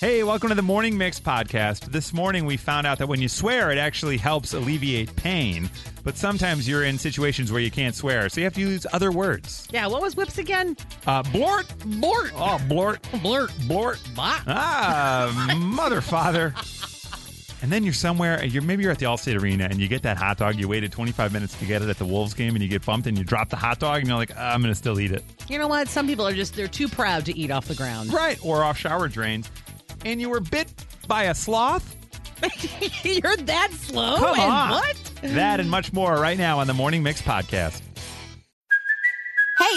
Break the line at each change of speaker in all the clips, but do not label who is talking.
Hey, welcome to the Morning Mix podcast. This morning we found out that when you swear, it actually helps alleviate pain. But sometimes you're in situations where you can't swear, so you have to use other words.
Yeah, what was whips again?
Uh, blort.
Blort.
Oh, blort.
Blurt.
Blort.
Bot.
Ah, mother, father. And then you're somewhere, you're maybe you're at the Allstate Arena and you get that hot dog. You waited 25 minutes to get it at the Wolves game and you get bumped and you drop the hot dog and you're like, "Ah, I'm going to still eat it.
You know what? Some people are just, they're too proud to eat off the ground.
Right. Or off shower drains. And you were bit by a sloth.
You're that slow?
Come
Oh, and
on.
what?
That and much more right now on the Morning Mix podcast.
Hey,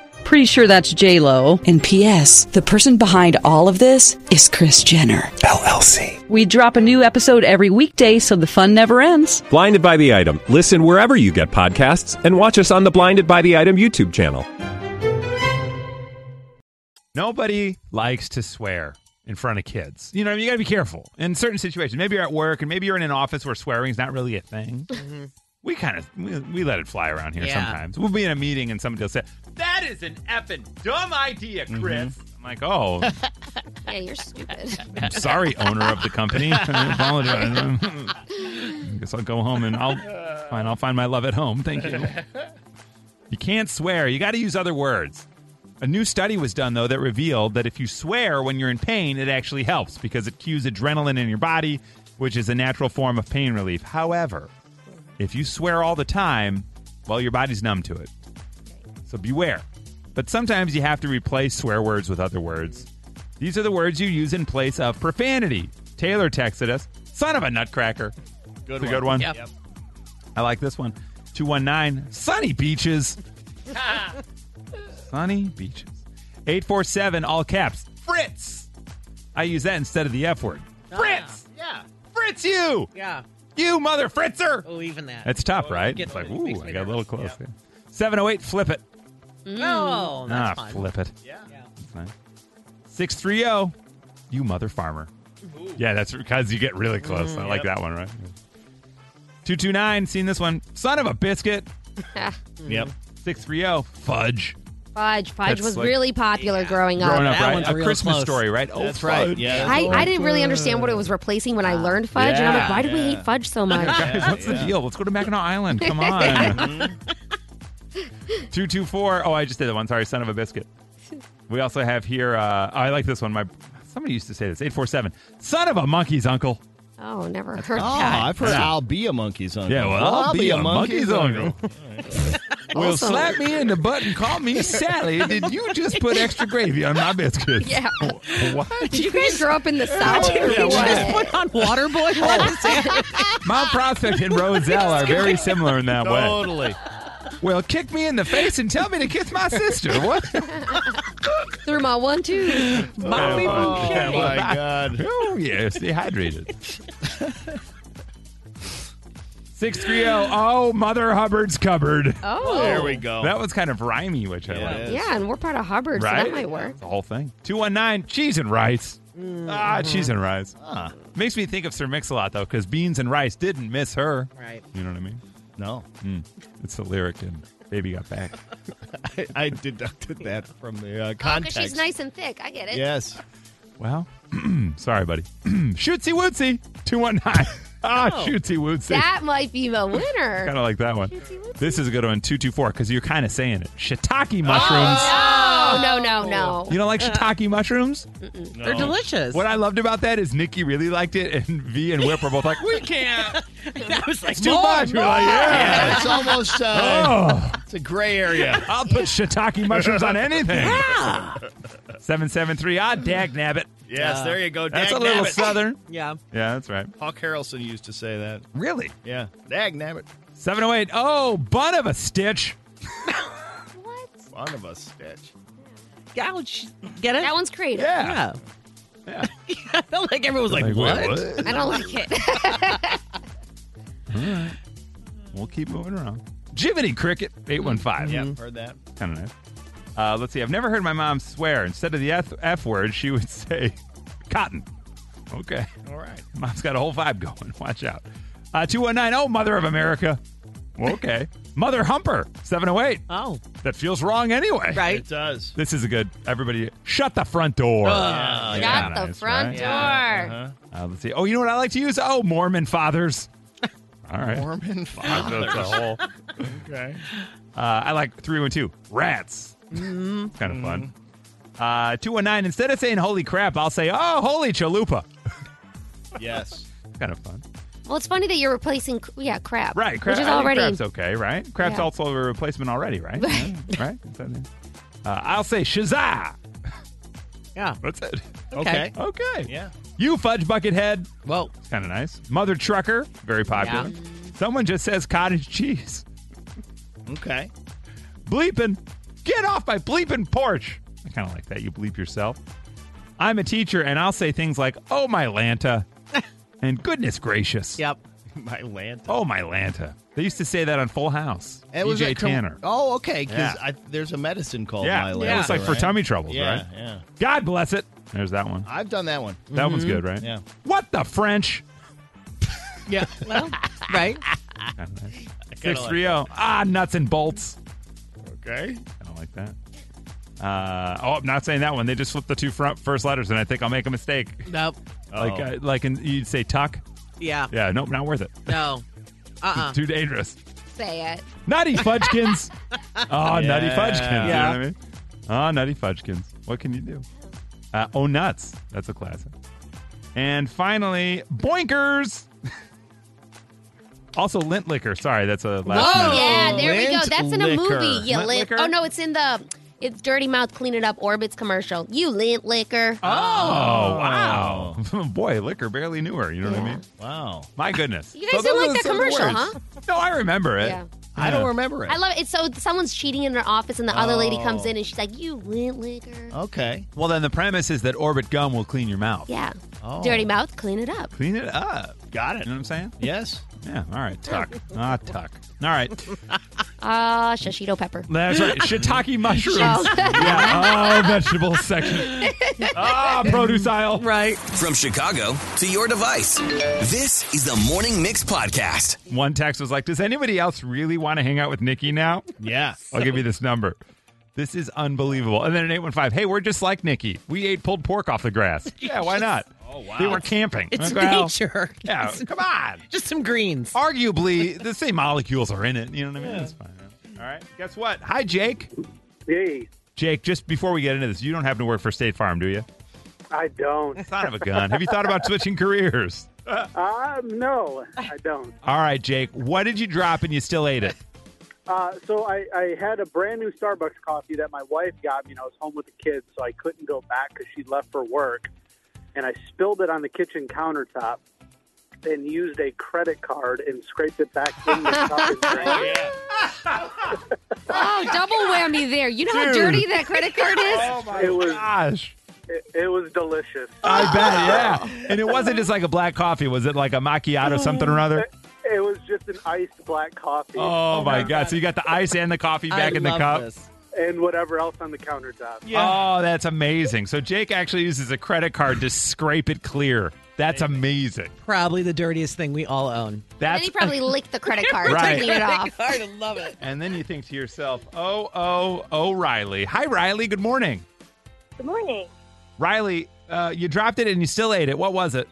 Pretty sure that's J Lo.
And P.S. The person behind all of this is Chris Jenner.
LLC.
We drop a new episode every weekday, so the fun never ends.
Blinded by the item. Listen wherever you get podcasts, and watch us on the Blinded by the Item YouTube channel.
Nobody likes to swear in front of kids. You know, you got to be careful in certain situations. Maybe you're at work and maybe you're in an office where swearing's not really a thing. We kind of we, we let it fly around here
Mm-hmm. Yeah.
sometimes. We'll be in a meeting and somebody will say, "That is an effing dumb idea,
Mm-hmm.
Chris." I'm like, "Oh,
Yeah, you're stupid.
I'm sorry, owner of the company. I apologize. I guess I'll go home and I'll fine. I'll find my love at home. Thank you. You can't swear. You got to use other words. A new study was done though that revealed that if you swear when you're in pain, it actually helps because it cues adrenaline in your body, which is a natural form of pain relief. However, if you swear all the time, well, your body's numb to it. So beware. But sometimes you have to replace swear words with other words. These are the words you use in place of profanity. Taylor texted us, son of a nutcracker. Good one. good one.
Yep. Yep.
I like this one. 219, sunny beaches. sunny beaches. 847, all caps, Fritz. I use that instead of the F word. Fritz!
Yeah.
Fritz, you!
Yeah.
You mother Fritzer!
Oh, even that.
That's tough, right?
get-
It's like,
it
ooh,
makes me
I got a little
nervous.
close. there. 708, flip it.
No, that's
ah,
fine.
flip it.
Yeah.
Six three zero, you mother farmer. Yeah, that's because you get really
Mm-hmm.
close. I like that one, right? Two two nine, seen this one. Son of a biscuit.
Yep.
Six three zero, fudge.
Fudge. Fudge
That's
was
like-
really popular growing up.
Growing up,
that
right?
one's
a
real
Christmas
close.
story, right? Oh,
That's right.
fudge.
Yeah.
I, I didn't really understand what it was replacing when I learned fudge, and I'm like,
Yeah.
why do we hate fudge so much?
Guys, what's the deal? Let's go to Mackinac Island. Come on. Two two four. Oh, I just did that one. Sorry, son of a biscuit. We also have here. Uh, I like this one. My somebody used to say this. Eight four seven. Son of a monkey's uncle.
Oh, never heard
Oh,
that.
I've heard I'll be a monkey's uncle.
Yeah, well, I'll, be, a monkey's, uncle. Will
Also-
slap me in the butt and call me Sally. Did you just put extra gravy on my biscuits?
Yeah.
What?
Did you guys grow up in the South?
Did we just put on Waterboy? What is that?
Mount Prospect and Roselle are very similar in that way.
Totally.
Well, kick me in the face and tell me to kiss my sister. What?
Through my one, two.
Mommy
Oh my god.
Oh, yes, dehydrated. 630, oh, Mother Hubbard's cupboard.
Oh.
There we go.
That was kind of rhymey, which I like.
Yeah.
Yeah, and we're part of Hubbard, so that might work. Mm-hmm.
The whole thing. 219, cheese and rice. Ah, cheese and rice. Makes me think of Sir Mix-a-Lot, though, because beans and rice didn't miss her.
Right.
You know what I mean?
no,
It's the lyric in Baby Got Back.
I, I deducted that from the uh,
Because
context.
Oh, she's nice and thick. I get it.
Yes.
Well, sorry, buddy. Shootsy Wootsy, 219. ah, Shootsy Wootsy.
Oh. That might be the winner.
Kind of like that one.
Shootsy Wootsy.
This is a good one, 224, because you're kind of saying it. Shiitake mushrooms.
Oh, no, no, no.
You don't like shiitake mushrooms?
They're delicious.
What I loved about that is Nikki really liked it, and V and Whip were both like, we can't.
I was like,
It's too
more,
much. We're
more.
like, yeah.
Yeah, it's almost. Uh,
Oh.
It's a gray area.
I'll put shiitake mushrooms on anything. 773, ah, dag nabbit.
Yes, there you go.
That's a
Dag
little
nabbit.
southern.
Yeah.
Yeah, that's right.
Hawk Harrelson used to say that.
Really?
Yeah. Dag nabbit.
708. Oh, butt of a stitch.
One of us stitch.
Ouch. Get it?
That one's creative.
Yeah. I felt like everyone was like, what?
I don't like it.
We'll keep moving around. Jiminy Cricket, 815.
Yeah, heard that.
Kind of nice. Uh, let's see. I've never heard my mom swear. Instead of the F, F word, she would say cotton. Okay.
All right.
Mom's got a whole vibe going. Watch out. Uh, 219. Oh, Mother of America. Okay. Mother Humper, 708.
Uh,
Oh,
That feels wrong anyway.
right.
It does.
This is a good. Everybody, shut the front door.
Uh,
Yeah,
Shut the
nice,
front
right?
door.
Uh, let's see. Oh, you know what I like to use? Oh, Mormon fathers. All right.
Mormon father.
That's a whole.
okay.
Uh, I like 312. Rats.
Mm-hmm.
kind of fun. Uh, 219. Instead of saying holy crap, I'll say, oh, holy chalupa.
Yes.
kind of fun.
Well, it's funny that you're replacing, yeah, crap.
Right. Crap,
Which is
I think
already.
Crap's okay, right? Crap's
Yeah.
also a replacement already, right? Yeah, right? Is that it? Uh, I'll say shazah.
Yeah.
That's it.
Okay.
Okay.
Yeah.
You fudge bucket head.
Whoa.
It's kind of nice. Mother trucker. Very popular.
Yeah.
Someone just says cottage cheese.
Okay.
bleeping. Get off my bleeping porch. I kind of like that. You bleep yourself. I'm a teacher, and I'll say things like, oh, my Lanta, and goodness gracious.
Yep.
My land.
Oh, my Lanta. They used to say that on Full House. DJ
a com-
Tanner.
Oh, okay.
Yeah.
Because there's a medicine called
yeah.
my
It
land.
was like for
right?
tummy troubles,
Yeah,
right?
yeah.
God bless it. There's that one.
I've done that one.
That one's good, right?
Mm-hmm. Yeah.
What the French?
Yeah. Well, right.
kinda like
630. ah, nuts and bolts.
Okay.
I don't like that. Uh, oh, I'm not saying that one. They just flipped the two front first letters, and I think I'll make a mistake.
Nope.
Like,
Oh.
uh, like, in, you'd say tuck.
Yeah.
Yeah, nope, not worth it.
No. Uh-uh.
Too dangerous.
Say it.
Nutty Fudgekins. oh, Nutty
Yeah.
Fudgekins.
Yeah.
You know what I mean? Oh, Nutty Fudgekins. What can you do? Uh, oh, Nuts. That's a classic. And finally, Boinkers. also, Lint Liquor. Sorry, that's a last
Whoa.
minute.
yeah, there we go.
lint
That's in a
liquor.
movie. You
Lint Oh,
lint.
liquor?
Oh no, it's in the. It's Dirty Mouth Clean It Up Orbits commercial. You lint liquor.
Oh, wow. Boy, liquor barely knew her. You know what I mean?
Wow.
My goodness.
You
So
guys didn't
those
like
are
that
some of the
commercial,
words. No, I remember it.
Yeah.
I don't remember it.
I love it. So someone's cheating in their office, and the other lady comes
Oh.
in and she's like, "You lint liquor."
okay.
Well, then the premise is that Orbit Gum will clean your mouth.
Yeah.
Oh.
Dirty Mouth Clean It Up.
Clean it up.
Got
You
it.
know what I'm saying?
Yes.
Yeah. All right. Tuck. Ah, tuck. All right.
Ah, shishito pepper.
That's right. Shiitake mushrooms.
Shells.
yeah. Oh, vegetable section. Ah, produce aisle.
Right.
From Chicago to your device, this is the Morning Mix Podcast.
One text was like, Does anybody else really want to hang out with Nikki now?
Yeah.
I'll give you this number. This is unbelievable. And then an 815, hey, we're just like Nikki. We ate pulled pork off the grass. Yeah, why not? Oh, wow. They were camping.
It's
Like, well,
nature.
Yeah, come on.
Just some greens.
Arguably, the same molecules are in it. You know what I mean? That's fine. All right. Guess what? Hi, Jake.
Hey,
Jake, just before we get into this, you don't happen to work for State Farm, do you?
I don't.
Son of a gun. Have you thought about switching careers?
Uh, no, I don't.
All right, Jake, what did you drop and you still ate it?
Uh, so I, I had a brand new Starbucks coffee that my wife got me, and I was home with the kids, so I couldn't go back because she left for work. And I spilled it on the kitchen countertop and used a credit card and scraped it back in the cup and drank it.
Oh, double whammy there. You know how dirty that credit card is?
It was
Gosh.
it, it was delicious.
I
Oh.
bet, yeah. And it wasn't just like a black coffee. Was it like a macchiato something or other?
It was just an iced black coffee
Oh, my God. So you got the ice and the coffee back
I
in the
love
cup.
This.
and whatever else on the countertop.
Oh, that's amazing. So Jake actually uses a credit card to scrape it clear. That's amazing.
Probably the dirtiest thing we all own.
Then
That's
he probably licked the credit card,
Right.
taking it off.
I love it.
and then you think to yourself, oh, oh, oh, Riley. Hi, Riley. Good morning.
Good morning.
Riley, uh, you dropped it and you still ate it. What was it?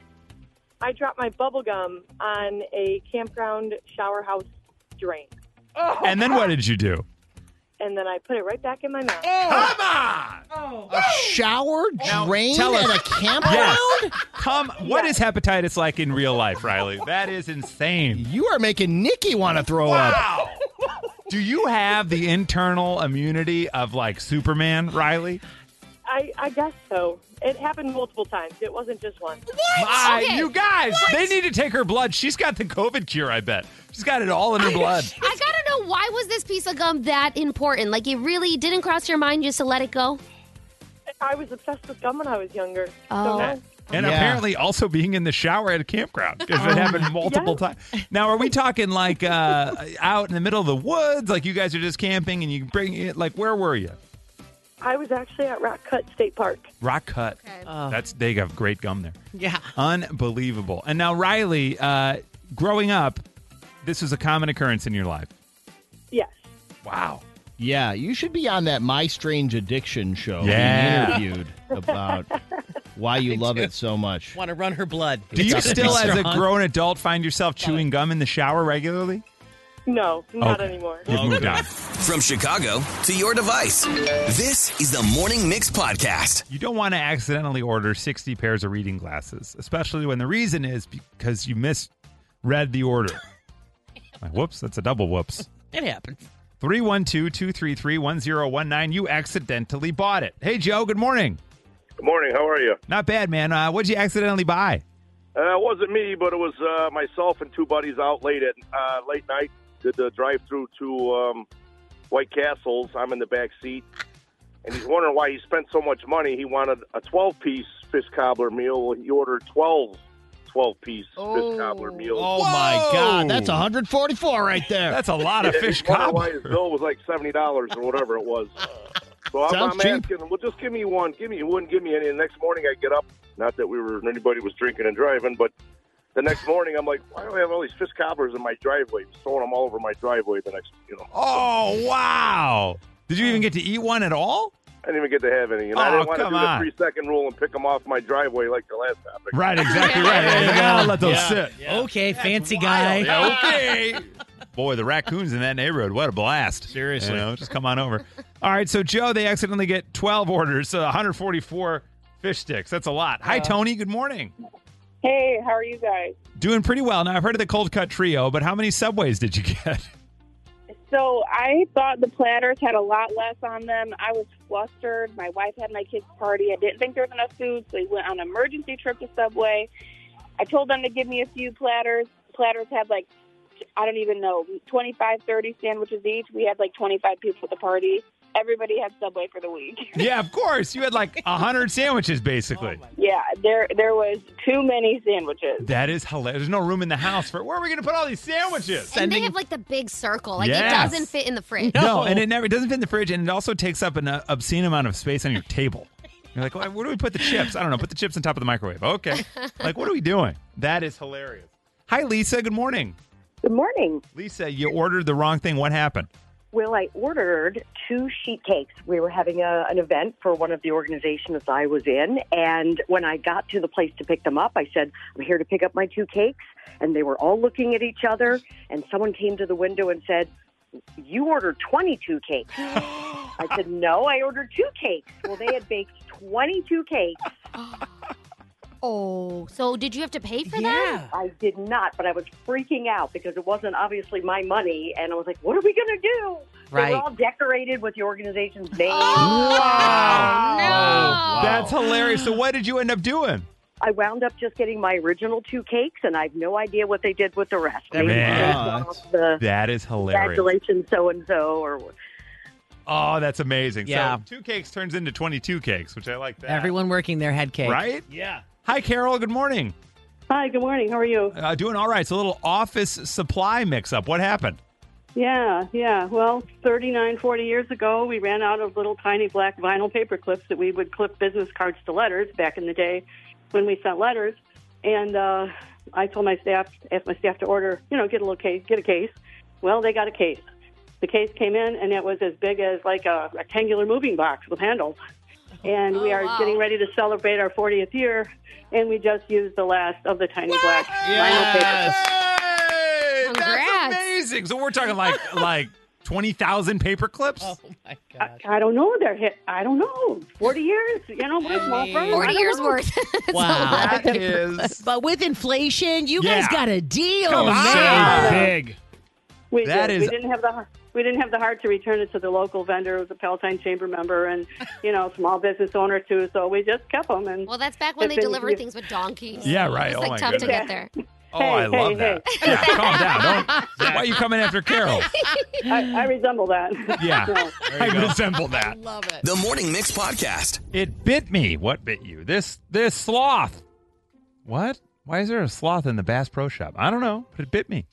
I dropped my bubble gum on a campground shower house drain,
And then what did you do?
and then I put it right back in my mouth.
Come on!
A shower drain
tell us-
at a campground?
Yes. Come. What is hepatitis like in real life, Riley? That is insane.
You are making Nikki want to throw up.
Wow. Do you have the internal immunity of like Superman, Riley?
I, I guess so.
It happened multiple times. It wasn't just one.
My, you guys, they need to take her blood. She's got the COVID cure, I bet. She's got it all in her blood.
I gotta know why was this piece of gum that important? Like it really didn't cross your mind just to let it go?
I was obsessed with gum when I was younger.
Oh.
And
Yeah.
apparently also being in the shower at a campground because it happened multiple times. Now, are we talking like uh, out in the middle of the woods? Like you guys are just camping and you bring it? Like, where were you?
I was actually at Rock Cut State Park.
Rock Cut. That's they have great gum there.
Yeah.
Unbelievable. And now, Riley, uh, growing up, this was a common occurrence in your life.
Yes.
Wow.
Yeah, you should be on that My Strange Addiction show. being
Yeah.
interviewed about why you love it so much.
Want to run her blood?
Do you
It's up to
still,
be
as a
strong.
grown adult, find yourself chewing gum in the shower regularly?
No,
not Okay.
anymore.
You've moved on.
From Chicago to your device, this is the Morning Mix Podcast.
You don't want to accidentally order 60 pairs of reading glasses, especially when the reason is because you misread the order. Like, whoops, that's a double whoops.
It happens.
312 233 1019. You accidentally bought it. Hey, Joe, good morning.
Good morning. How are you?
Not bad, man. Uh, what'd you accidentally buy?
Uh, it wasn't me, but it was uh, myself and two buddies out late at uh, late night. Did the drive through to um, White Castles. I'm in the back seat, and he's wondering why he spent so much money. He wanted a 12 piece fish cobbler meal. Well, He ordered 12 12 piece fish cobbler meals.
Oh my God,
Oh.
that's 144 right there.
That's a lot
Yeah, he's wondering Why his bill was like seventy dollars or whatever it was. So I'm,
Sounds
I'm
cheap.
asking, well, just give me one. Give me, he wouldn't give me any. The next morning, I get up. Not that we were anybody was drinking and driving, but the next morning, I'm like, why do I have all these fish cobblers in my driveway? He's throwing them all over my driveway. The next, you know,
Oh, wow. Did you even get to eat one at all?
I didn't even get to have any, and
Oh,
I didn't want to
come
do
on.
the three second rule and pick them off my driveway like the last topic.
Right, exactly right. You gotta let those sit.
Okay, fancy guy.
Yeah, okay. Boy, the raccoons in that neighborhood, what a blast. Seriously. just come on over. All right, so Joe, they accidentally get 12 orders, uh, so 144 fish sticks. That's a lot. Hi,
Yeah.
Tony. Good morning.
Hey, how are you guys?
Doing pretty well. Now, I've heard of the Cold Cut Trio, but how many Subways did you get?
So I thought the platters had a lot less on them. I was flustered. My wife had my kids' party. I didn't think there was enough food, so we went on an emergency trip to Subway. I told them to give me a few platters. Platters had like, I don't even know, 25, 30 sandwiches each. We had like 25 people at the party. Everybody had Subway for the week.
yeah, of course. You had like 100 sandwiches, basically.
Yeah, there there was too many sandwiches.
that is hilarious. There's no room in the house for Where are we going to put all these sandwiches?
And they have like the big circle. Like
Yes.
it doesn't fit in the fridge.
No, and it never it doesn't fit in the fridge, and it also takes up an uh, obscene amount of space on your table. You're like, "Well, where do we put the chips? I don't know. Put the chips on top of the microwave. Okay. Like, what are we doing? That is hilarious. Hi, Lisa. Good morning.
Good morning.
Lisa, you ordered the wrong thing. What happened?
Well, I ordered two sheet cakes. We were having a, an event for one of the organizations I was in, and when I got to the place to pick them up, I said, "I'm here to pick up my two cakes," and they were all looking at each other. And someone came to the window and said, "You ordered 22 cakes." I said, "No, I ordered two cakes." Well, they had baked 22 cakes.
Oh, so did you have to pay for that?
I did not, but I was freaking out because it wasn't obviously my money, and I was like, "What are we going to do?" They
Right.
were all decorated with the organization's name.
Oh.
Oh,
Wow. That's hilarious. So, what did you end up doing?
I wound up just getting my original two cakes, and I have no idea what they did with the rest. Maybe
Man.
they got the
That is hilarious.
congratulations, so and so, or
Oh, that's amazing.
Yeah.
So, two cakes turns into 22 cakes, which I like that.
Everyone working their head cake.
Right? Yeah. Hi, Carol. Good morning.
Hi, good morning. How are you?
Uh, doing all right. It's a little office supply mix up. What happened?
Yeah, yeah. Well, 39, 40 years ago, we ran out of little tiny black vinyl paper clips that we would clip business cards to letters back in the day when we sent letters. And uh, I told my staff, asked my staff to order, you know, get a little case, get a case. Well, they got a case. The case came in, and it was as big as like a rectangular moving box with handles. And we are getting ready to celebrate our 40th year, and we just used the last of the tiny black vinyl paper clips.
Hey,
Congrats.
That's amazing. So we're talking like like twenty thousand paper clips.
I don't know. They're hit. I don't know. Forty years. You know, what small firm.
40
I don't
years
know.
worth.
Wow.
That is.
But with inflation, you
Yeah.
Oh,
guys got a deal,
Come on.
man.
Save
We
That
did.
is-
We didn't have the. we didn't have the heart to return it to the local vendor who was a Palatine Chamber member and, you know, small business owner too. So we just kept them. And
well, that's back when they delivered things with donkeys.
Yeah, right.
It's
Oh,
like
my
tough to
goodness.
get there.
Oh, I
Hey,
love
hey,
that. Yeah, calm down. Don't, why are you coming after Carol?
I, I
Mm.
resemble that.
Yeah,
So-
I resemble that.
Love it.
The Morning Mix Podcast.
It bit me. What bit you? This this sloth. What? Why is there a sloth in the Bass Pro Shop? I don't know, but it bit me.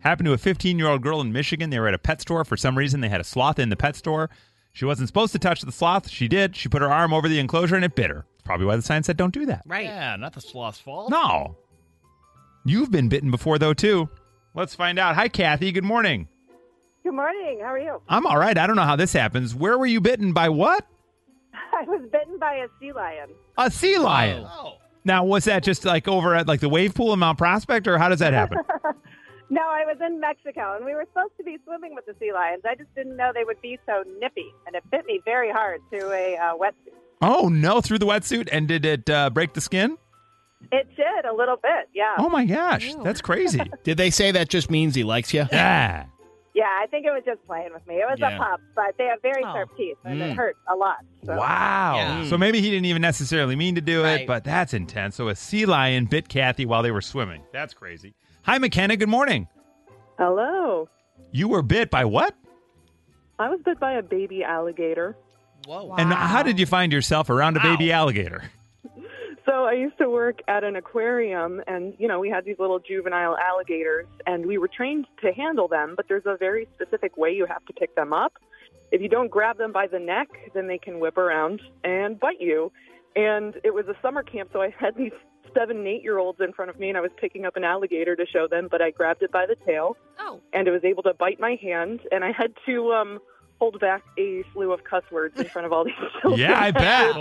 Happened to a 15 year old girl in Michigan. They were at a pet store. For some reason, they had a sloth in the pet store. She wasn't supposed to touch the sloth. She did. She put her arm over the enclosure and it bit her. Probably why the sign said don't do that.
Right.
Yeah, not the sloth's fault.
No. You've been bitten before, though, too. Let's find out. Hi, Kathy. Good morning.
Good morning. How are you?
I'm all right. I don't know how this happens. Where were you bitten by what?
I was bitten by a sea lion.
A sea lion. Now, was that just like over at like the wave pool in Mount Prospect, or how does that happen?
No, I was in Mexico, and we were supposed to be swimming with the sea lions. I just didn't know they would be so nippy, and it bit me very hard to a uh, wetsuit.
oh no, through the wetsuit, and did it uh, break the skin?
It did a little bit, yeah.
Oh my gosh, that's crazy.
Did they say that just means he likes you?
Yeah.
Yeah, I think it was just playing with me. It was
Yeah.
a pup, but they have very sharp teeth, and
Mm.
it hurt a lot. So.
Wow.
Yeah.
So maybe he didn't even necessarily mean to do it,
Right.
but that's intense. So a sea lion bit Kathy while they were swimming. That's crazy. Hi, McKenna. Good morning.
Hello.
You were bit by what?
I was bit by a baby alligator.
Whoa.
And how did you find yourself around a baby alligator?
So I used to work at an aquarium, and you know we had these little juvenile alligators, and we were trained to handle them. But there's a very specific way you have to pick them up. If you don't grab them by the neck, then they can whip around and bite you. And it was a summer camp, so I had these seven and eight year olds in front of me, and I was picking up an alligator to show them, but I grabbed it by the tail,
oh.
and it was able to bite my hand, and I had to um, hold back a slew of cuss words in front of all these children.
Yeah, I bet.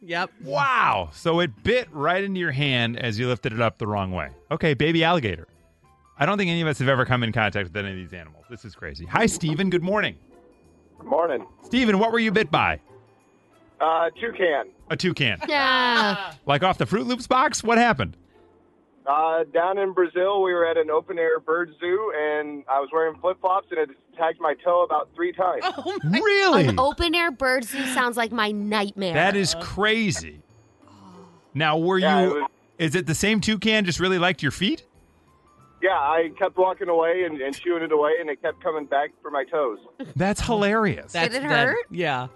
Yep.
Wow. So it bit right into your hand as you lifted it up the wrong way. Okay, baby alligator. I don't think any of us have ever come in contact with any of these animals. This is crazy. Hi, Steven. Good morning.
Good morning.
Steven, what were you bit by?
Uh, toucan.
A toucan.
Yeah.
Like off the Fruit Loops box? What happened?
Uh, down in Brazil, we were at an open air bird zoo, and I was wearing flip flops, and it tagged my toe about three times.
Really?
An open air bird zoo sounds like my nightmare.
That is crazy. Now, were you. is it the same toucan just really liked your feet?
Yeah, I kept walking away and, and chewing it away, and it kept coming back for my toes.
That's hilarious.
Did it hurt?
yeah.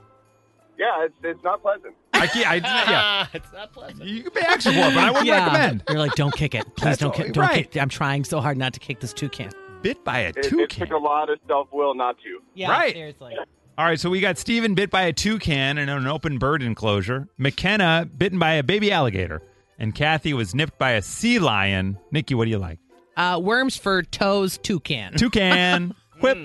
Yeah, it's, it's not pleasant.
I can't. I, yeah.
it's not pleasant.
You can pay extra for it, but I wouldn't
Yeah.
recommend.
You're like, don't kick it. Please
That's
don't
all
kick. Don't
right.
kick. I'm trying so hard not to kick this toucan.
Bit by a
It,
toucan.
it took a lot of self will not to.
right.
Seriously.
All right, so we got Steven bit by a toucan in an open bird enclosure, McKenna bitten by a baby alligator, and Kathy was nipped by a sea lion. Nikki, what do you like?
Uh, worms for toes, toucan.
Toucan.
Hmm.
Whip.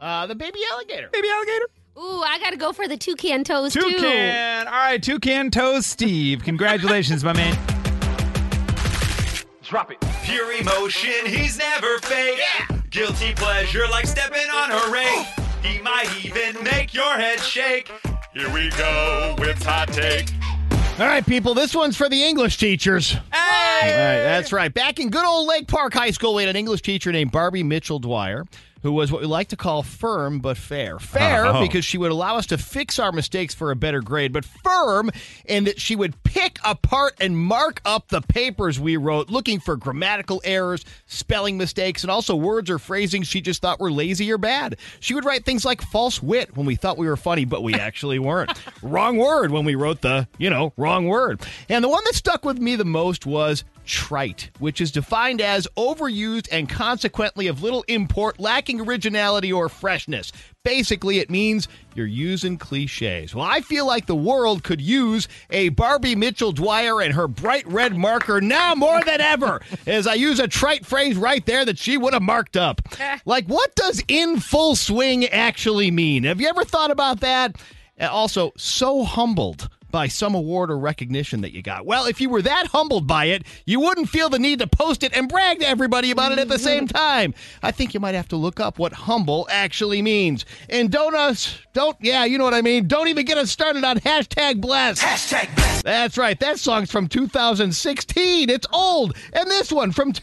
Uh, the baby alligator.
Baby alligator.
Ooh, I gotta go for the toucan toes too.
Toucan. All right, toucan toes, Steve. Congratulations, my man.
Drop it. Pure emotion, he's never fake. Guilty pleasure, like stepping on a rake. He might even make your head shake. Here we go with Hot Take.
All right, people, this one's for the English teachers. All right, that's right. Back in good old Lake Park High School, we had an English teacher named Barbie Mitchell Dwyer, who was what we like to call firm but fair. Fair
Oh.
because she would allow us to fix our mistakes for a better grade, but firm in that she would pick apart and mark up the papers we wrote, looking for grammatical errors, spelling mistakes, and also words or phrasing she just thought were lazy or bad. She would write things like false wit when we thought we were funny, but we actually weren't. wrong word when we wrote the, you know, wrong word. And the one that stuck with me the most was trite, which is defined as overused and consequently of little import, lacking originality or freshness. Basically, it means you're using cliches. Well, I feel like the world could use a Barbie Mitchell Dwyer and her bright red marker now more than ever, as I use a trite phrase right there that she would have marked up. Like, what does in full swing actually mean? Have you ever thought about that? Uh, Also, Eh, so humbled by some award or recognition that you got. Well, if you were that humbled by it, you wouldn't feel the need to post it and brag to everybody about it at the same time. I think you might have to look up what humble actually means. And don't us, don't, yeah, you know what I mean. Don't even get us started on hashtag blessed. Hashtag blessed. That's right. That song's from 2016. It's old. And this one from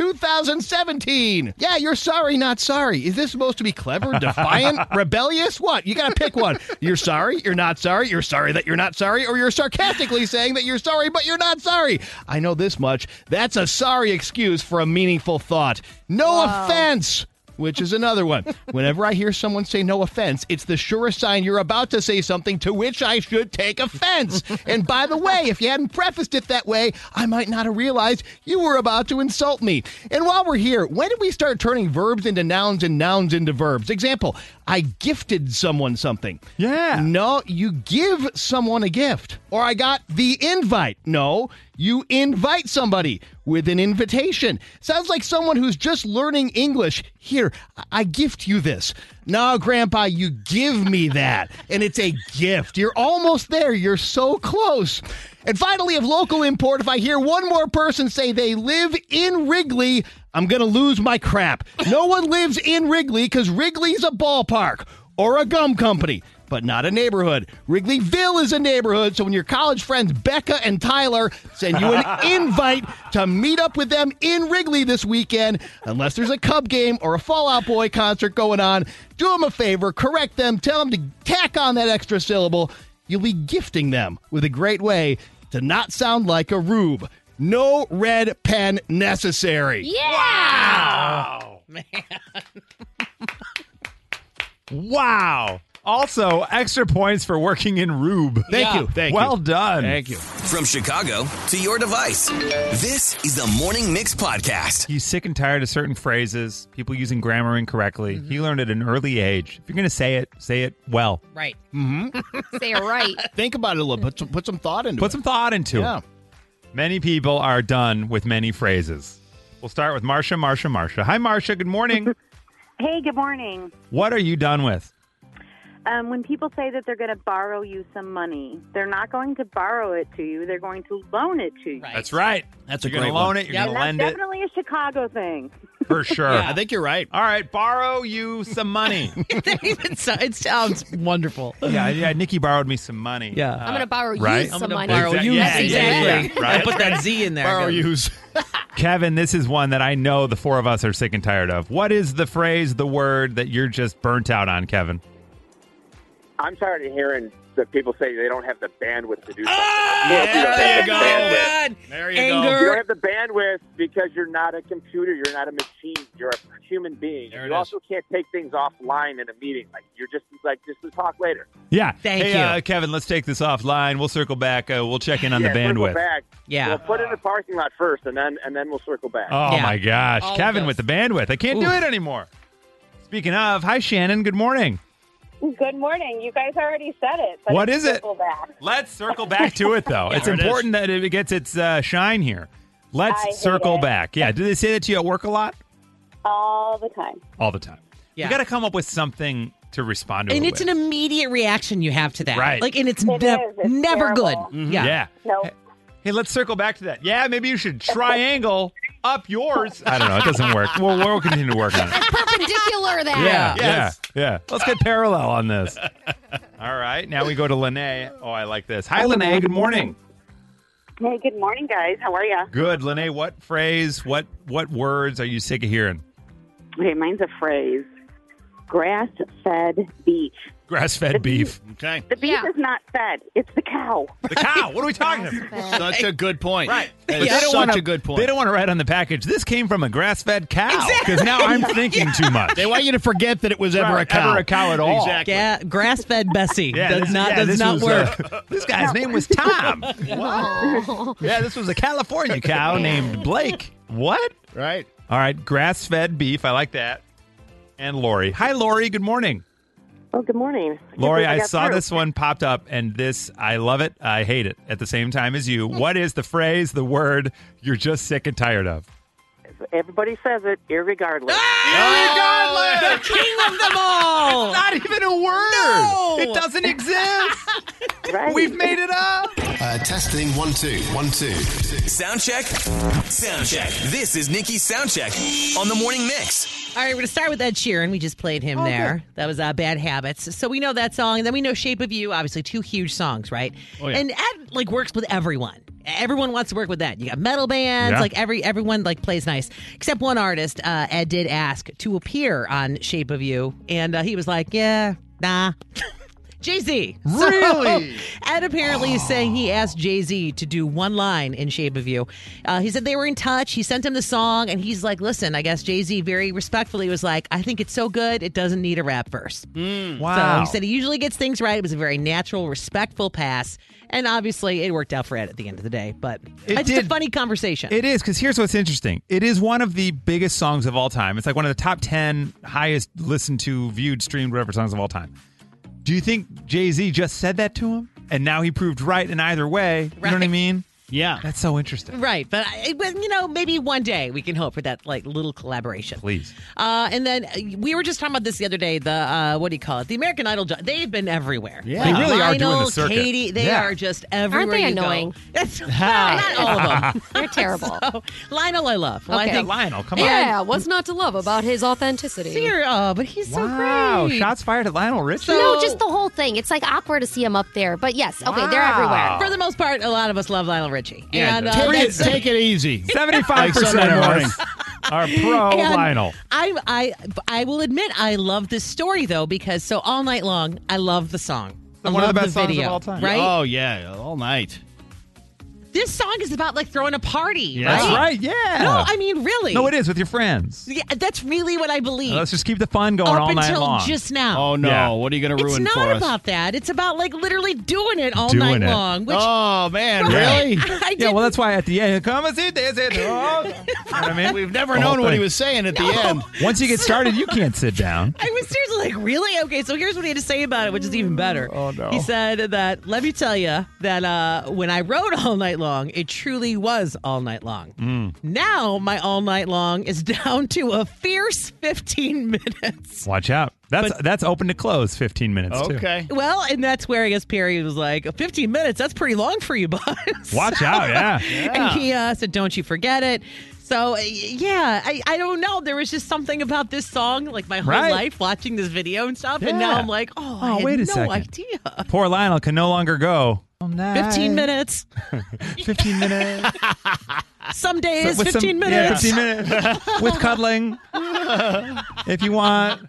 2017. Yeah, you're sorry, not sorry. Is this supposed to be clever, defiant, rebellious? What? You got to pick one. You're sorry, you're not sorry, you're sorry that you're not sorry, or you're sarcastically saying that you're sorry, but you're not sorry. I know this much. That's a sorry excuse for a meaningful thought. No offense. Which is another one. Whenever I hear someone say no offense, it's the surest sign you're about to say something to which I should take offense. and by the way, if you hadn't prefaced it that way, I might not have realized you were about to insult me. And while we're here, when did we start turning verbs into nouns and nouns into verbs? Example, I gifted someone something. Yeah. No, you give someone a gift. Or I got the invite. No, you invite somebody with an invitation. Sounds like someone who's just learning English. Here, I- I gift you this. No, Grandpa, you give me that. And it's a gift. You're almost there. You're so close. And finally, of local import, if I hear one more person say they live in Wrigley, I'm going to lose my crap. No one lives in Wrigley because Wrigley's a ballpark or a gum company, but not a neighborhood. Wrigleyville is a neighborhood, so when your college friends Becca and Tyler send you an invite to meet up with them in Wrigley this weekend, unless there's a Cub game or a Fallout Boy concert going on, do them a favor, correct them, tell them to tack on that extra syllable. You'll be gifting them with a great way to not sound like a rube. No red pen necessary.
Yeah.
Wow.
Man.
Wow. Also, extra points for working in Rube.
Thank you. Thank you.
well done.
Thank you.
From Chicago to your device, this is the Morning Mix Podcast.
He's sick and tired of certain phrases, people using grammar incorrectly.
Mm-hmm.
He learned at an early age. If you're going to say it, say it well.
Right.
Mm-hmm.
Say it right.
Think about it a little. Put some, put some thought into
Put
it.
some thought into
Yeah.
it. Many people are done with many phrases. We'll start with Marsha, Marsha, Marsha. Hi, Marsha. Good morning.
Hey, good morning.
what are you done with?
Um, when people say that they're going to borrow you some money, they're not going to borrow it to you. They're going to loan it to you.
That's right. That's
a
you're gonna
great
loan
one.
it. You're
Yep.
going to
That's
lend it
Definitely a Chicago thing.
for sure.
I think you're right.
All right, borrow you some money.
it, so- it sounds wonderful.
yeah, yeah. Nikki borrowed me some money. Yeah,
I'm gonna borrow you
Uh, right?
some
I'm gonna
money.
borrow
Exactly.
you
Yeah,
some
exactly.
money.
Yeah.
Right?
I put that Z in there.
Borrow
use.
Kevin, this is one that I know the four of us are sick and tired of. What is the phrase, the word that you're just burnt out on, Kevin?
I'm tired of hearing that people say they don't have the bandwidth to do something.
Ah!
there
Yeah,
you go.
bandwidth.
There
you
Anger.
don't have the bandwidth because you're not a computer. You're not a machine. You're a human being.
it
you also can't take things offline in a meeting. Like you're just like just to talk later.
Yeah.
Thank
hey,
you.
Uh, Kevin, let's take this offline. We'll circle back. Uh, we'll check in on
yeah,
the
circle
bandwidth.
Back.
Yeah.
We'll put it in the parking lot first, and then and then we'll circle back.
Oh, my gosh.
All of
Kevin with the bandwidth. I can't do
Oof.
it anymore. Speaking of, hi, Shannon. Good morning.
Good morning. You guys already said it. but
What
is
it?
circle Back.
Let's circle Back to it, though. it's
There it is.
important that it gets its uh, shine here. Let's
I hate
circle
it.
back. Yeah. Do they say that to you at work a lot?
all the time.
All the time.
Yeah.
You got to come up with something to respond to.
And
it
it's
with.
an immediate reaction you have to that.
Right.
Like, and it's,
It
nev-
is. It's
never
terrible.
good.
Mhm.
Yeah.
Yeah. Hey, hey, let's circle back to that. Yeah, maybe you should triangle up yours. I don't know. It doesn't work. We'll, we'll continue to work on it.
Perpendicular that.
Yeah, yeah, yeah. Let's get parallel on this. All right. Now we go to Lene. Oh, I like this. Hi, Lene. Good morning.
Hey, good morning, guys. How are ya?
Good, Lene. What phrase? What what words are you sick of hearing?
Okay, mine's a phrase. Grass fed beef.
Grass fed beef.
Okay.
The beef is not fed. It's the cow.
The cow. What are we talking about?
Such a good point. Right.
But they don't
such
wanna-
a good point.
They don't want to write on the package. This came from a grass fed cow. Because now I'm thinking too much.
They want you to forget that it was ever
Right,
a cow.
ever a cow at all.
Exactly.
Ga- grass-fed Bessie
Yeah,
does
this-
not
yeah,
does
this
not
was,
work.
uh, this guy's name was Tom. Wow. yeah, this was a California cow named Blake. What?
Right.
All right, grass fed beef. I like that. And Lori. Hi, Lori. Good morning.
Oh, good morning.
Lori,
Can't
I,
believe got
saw
through.
this one popped up, and this, I love it. I hate it at the same time as you. What is the phrase, the word you're just sick and tired of?
Everybody says it, irregardless.
Ah! Irregardless!
The king of them all!
It's not even a word!
No!
It doesn't exist!
Right.
We've made it up!
Uh, testing one two one two.
Sound check. Sound check. This is Nikki's sound check on the morning mix.
All right, we're going to start with Ed Sheeran. We just played him
Oh,
there. That was uh, Bad Habits. So we know that song. And then we know Shape of You, obviously, two huge songs, right?
Oh, yeah.
And Ed, like, works with everyone. Everyone wants to work with that. You got metal bands,
Yeah.
like, every everyone, like, plays nice. Except one artist, uh, Ed did ask to appear on Shape of You. And uh, he was like, yeah, nah. Jay Z.
Really?
Ed apparently is saying he asked Jay Z to do one line in Shape of You. Uh, he said they were in touch. He sent him the song, and he's like, listen, I guess Jay Z very respectfully was like, I think it's so good, it doesn't need a rap verse. So
Wow.
he said he usually gets things right. It was a very natural, respectful pass. And obviously, it worked out for Ed at the end of the day. But it's just a funny conversation.
It is because here's what's interesting. It is one of the biggest songs of all time. It's like one of the top ten highest listened to, viewed, streamed, whatever songs of all time. Do you think Jay Z just said that to him, and now he proved right in either way? You know what I mean?
Yeah,
that's so interesting.
Right, but I, but, you know, maybe one day we can hope for that like little collaboration.
Please.
Uh, and then uh, we were just talking about this the other day. The uh, what do you call it? The American Idol. jo- They've been everywhere.
Yeah. They really are doing the
Lionel,
circuit.
Katie, they
Yeah.
are just
Aren't
everywhere.
they
you go.
annoying?
That's not all of them.
They're terrible.
So, Lionel, I love. Well, I
Okay.
think
Lionel, come
Yeah, what's not to love about his authenticity?
Dear, oh, but he's
so
Wow! Shots fired at Lionel Richie.
no, just the whole thing. It's like awkward to see him up there, but yes, okay, they're
Wow.
everywhere.
For the most part, a lot of us love Lionel Richie.
Yeah,
and, uh,
take it-
that's-
take
it easy.
Seventy-five percent of us are pro
And
Lionel.
I, I, I will admit, I love this story though because so all night long, I love the song. I
One of
love
the best songs of
video,
all time.
Right?
Oh yeah, all night.
This song is about like throwing a party.
Yeah. That's right, yeah.
No, I mean really.
No, it is with your friends.
Yeah, that's really what I believe.
Let's just keep the fun going
Up
all night
until
long.
just now.
Oh no,
Yeah.
what are you going to
it's
ruin
not
for us?
about that. It's about like literally doing it all night
Doing it.
long. Which,
oh man,
Yeah.
really?
yeah, well, that's why at the end, come and see this. It, oh, you know what I mean?
We've never
The whole
known what he
thing.
was saying at the end.
Once you get started, you can't sit down.
I was seriously like, really? Okay, so here's what he had to say about it, which is even better. Oh, no. He said that, let me tell you that uh, when I rode all night long, it truly was all night long.
Mm.
Now my all night long is down to a fierce 15 minutes.
Watch out. That's that's open to close 15 minutes, too.
Well, and that's where I guess Perry was like, 15 minutes, that's pretty long for you, bud.
Watch out, yeah.
And he uh, said, don't you forget it. So, uh, yeah, I, I don't know. There was just something about this song, like my whole
Right.
life watching this video and stuff. And now
Yeah.
I'm like, oh, I
Oh,
had
wait a
no
second.
idea.
Poor Lionel can no longer go.
15 minutes.
15 minutes.
Some days,
With some-
15
Yeah,
minutes.
15 minutes. With cuddling, if you want.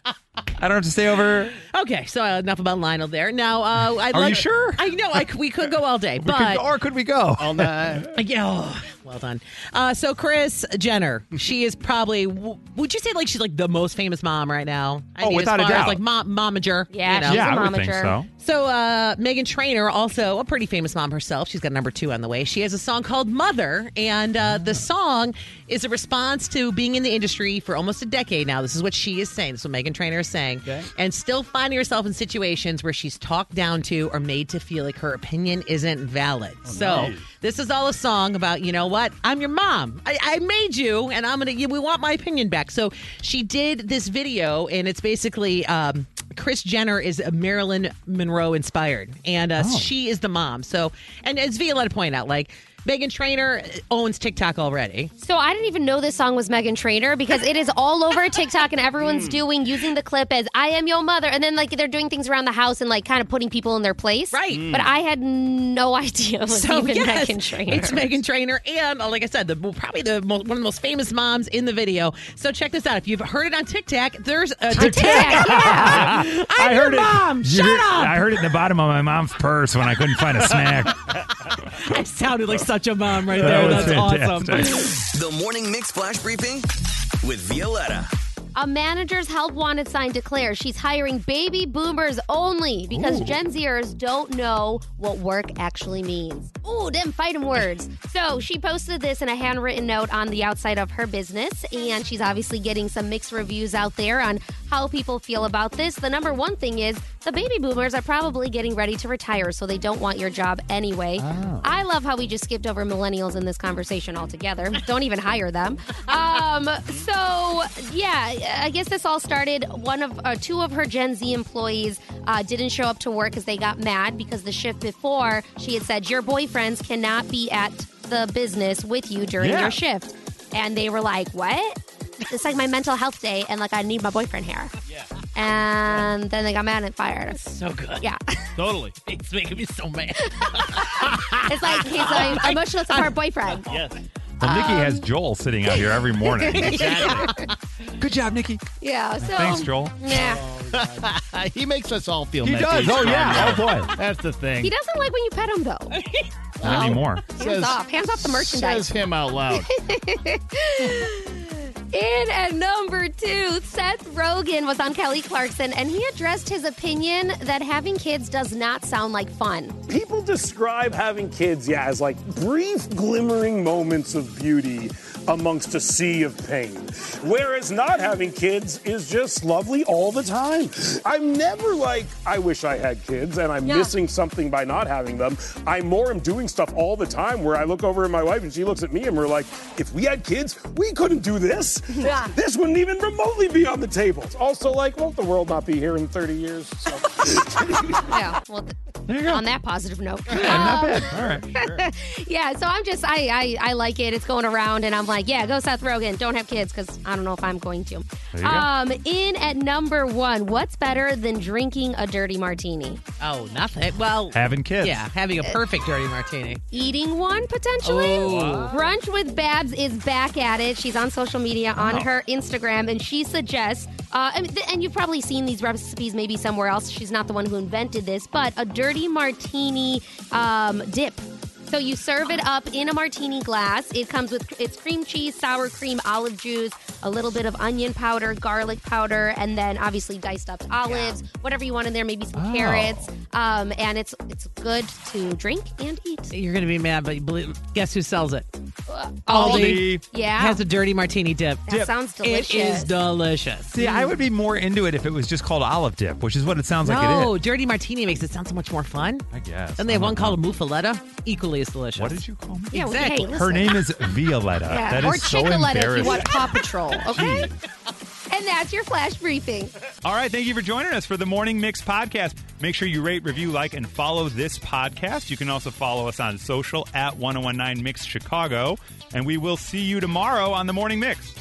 I don't have to stay over.
okay, so uh, enough about Lionel there. Now, uh, I
Are you
like-
sure?
I know I c we could go all day,
We could,
but.
or could we go?
All night.
yeah, oh, well done. Uh, so, Chris Jenner, she is probably, w- would you say like she's like the most famous mom right now? I
Oh,
mean,
without a
as far
doubt.
As, like mom, momager.
Yeah,
you know?
she's Yeah, a I would think momager. so.
So, uh, Megan Trainor, also a pretty famous mom herself, she's got number two on the way. She has a song called Mother, and uh,
Ah.
the song is a response to being in the industry for almost a decade now. This is what she is saying. This is what Megan Trainor is saying,
Okay.
and still finding herself in situations where she's talked down to or made to feel like her opinion isn't valid. so,
Oh, nice.
this is all a song about you know what? I'm your mom. I, I made you, and I'm gonna. You, we want my opinion back. So she did this video, and it's basically. Um, Chris Jenner is a Marilyn Monroe inspired, and uh,
Oh.
she is the mom. So, and as Violetta pointed out, like Megan Trainor owns TikTok already.
So I didn't even know this song was Megan Trainor because it is all over TikTok and everyone's
Mm.
doing using the clip as "I am your mother," and then like they're doing things around the house and like kind of putting people in their place. Right.
Mm.
But I had no idea it was
So,
even
yes,
Megan Trainor.
It's Megan Trainor, and uh, like I said, the, well, probably the mo- one of the most famous moms in the video. So check this out. If you've heard it on TikTok, there's a
yeah.
I'm your mom.
You
Shut
heard-
up.
I heard it in the bottom of my mom's purse when I couldn't find a snack.
I sounded like such a mom right
That
there.
was
That's awesome.
fantastic.
The morning mix flash briefing with Violetta.
A manager's help wanted sign declares she's hiring baby boomers only because
Ooh.
Gen Zers don't know what work actually means. Ooh, them fighting words. So she posted this in a handwritten note on the outside of her business, and she's obviously getting some mixed reviews out there on how people feel about this. The number one thing is the baby boomers are probably getting ready to retire, so they don't want your job anyway. I love how we just skipped over millennials in this conversation altogether. don't even hire them. Um, so yeah, I guess this all started. One of uh, two of her Gen Z employees uh, didn't show up to work because they got mad because the shift before she had said your boyfriends cannot be at the business with you during
Yeah.
your shift, and they were like, "What? It's like my mental health day, and like I need my boyfriend here." Yeah. And then they got mad and fired.
Oh,
So good.
Yeah.
Totally. it's making me so mad.
It's like he's
Oh
an
my
emotional support boyfriend.
Yes.
Well, Nikki has Joel sitting out here every morning. Good job, Nikki.
Yeah. So
Thanks, Joel.
Yeah.
he makes us all feel
He
messy.
does. Oh, yeah.
Oh boy. That's the thing.
He doesn't like when you pet him though.
Not anymore.
Hands off. Hands off the merchandise.
Says him out loud.
In at number two, Seth Rogen was on Kelly Clarkson, and he addressed his opinion that having kids does not sound like fun.
People describe having kids, yeah, as like brief, glimmering moments of beauty amongst a sea of pain. Whereas not having kids is just lovely all the time. I'm never like, I wish I had kids and I'm
Yeah.
missing something by not having them. I more am doing stuff all the time where I look over at my wife and she looks at me and we're like, if we had kids, we couldn't do this.
Yeah.
This wouldn't even remotely be on the table. Also, like, won't the world not be here in 30 years? So.
yeah. Well, th- on that positive note. Um,
All right.
yeah, so I'm just I, I I like it. It's going around, and I'm like, yeah, go Seth Rogen. Don't have kids because I don't know if I'm going to.
There you go.
Um, in at number one, what's better than drinking a dirty martini?
Oh, nothing. Well,
having kids.
Yeah, having a perfect dirty martini.
Eating one potentially.
Oh.
Brunch with Babs is back at it. She's on social media on
Wow.
her Instagram, and she suggests. Uh, and, th- and you've probably seen these recipes maybe somewhere else. She's not the one who invented this, but a dirty martini um, dip. So you serve it up in a martini glass. It comes with it's cream cheese, sour cream, olive juice, a little bit of onion powder, garlic powder, and then obviously diced up olives, whatever you want in there, maybe some
Oh.
carrots. Um, and it's it's good to drink and eat.
You're gonna be mad, but you believe, guess who sells it? Uh,
Yeah.
has a dirty martini dip.
That Dip. sounds
It is
delicious.
delicious.
See, I would be more into it if it was just called olive dip, which is what it sounds like
no,
it is.
dirty martini makes it sound so much more fun.
I guess.
And they have
I
one
don't know.
called a muffaletta, equally as delicious. What did
you call me?
Yeah, well,
exactly.
hey,
Her name is Violetta.
Yeah,
That is
or
so
Chicoletta
embarrassing.
if you watch Paw Patrol, okay? and that's your flash briefing.
All right, thank you for joining us for the Morning Mix podcast. Make sure you rate, review, like, and follow this podcast. You can also follow us oh on social at 1019 Mix Chicago. And we will see you tomorrow on the Morning Mix.